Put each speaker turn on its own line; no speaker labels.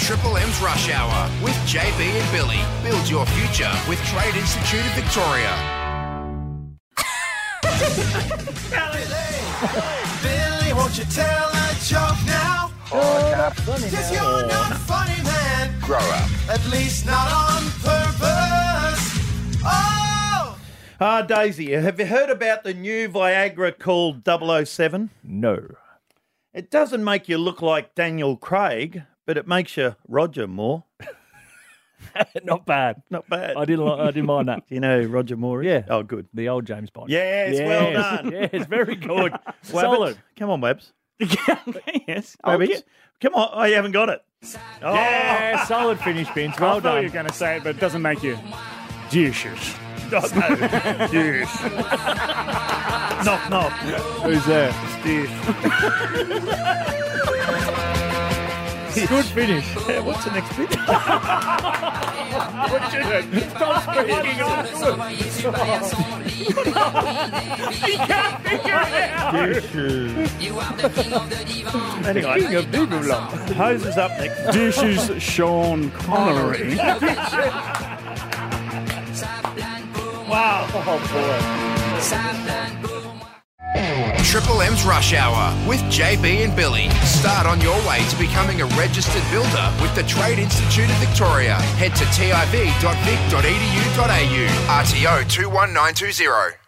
Triple M's Rush Hour with JB and Billy. Build your future with Trade Institute of Victoria.
Billy, won't you tell a joke now?
Oh,
Cause you're not funny, man.
Grow up.
At least not on purpose. Oh!
Ah, Daisy, have you heard about the new Viagra called 007?
No.
It doesn't make you look like Daniel Craig, but it makes you Roger Moore.
Not bad.
Not bad.
I didn't. Like, I didn't mind that.
Do you know who Roger Moore is?
Yeah.
Oh, good.
The old James Bond.
Yes, well done.
Yes, very good.
Wabbits,
Solid.
Come on, Webs.
yes. I'll
Wabbits.
get-
Come on. Oh, you haven't got it. Oh,
Yeah, solid finish, Bench.
I
Well
thought
done.
you were going to say it, but it doesn't make you. Jewish.
knock, knock.
Who's there? Good finish.
Yeah, what's the next bit? Anyway, Hose is up next.
Douches Sean Connery.
Triple M's Rush Hour with JB and Billy. Start on your way to becoming a registered builder with the Trade Institute of E Victoria. Head to tiv.vic.edu.au. RTO 21920.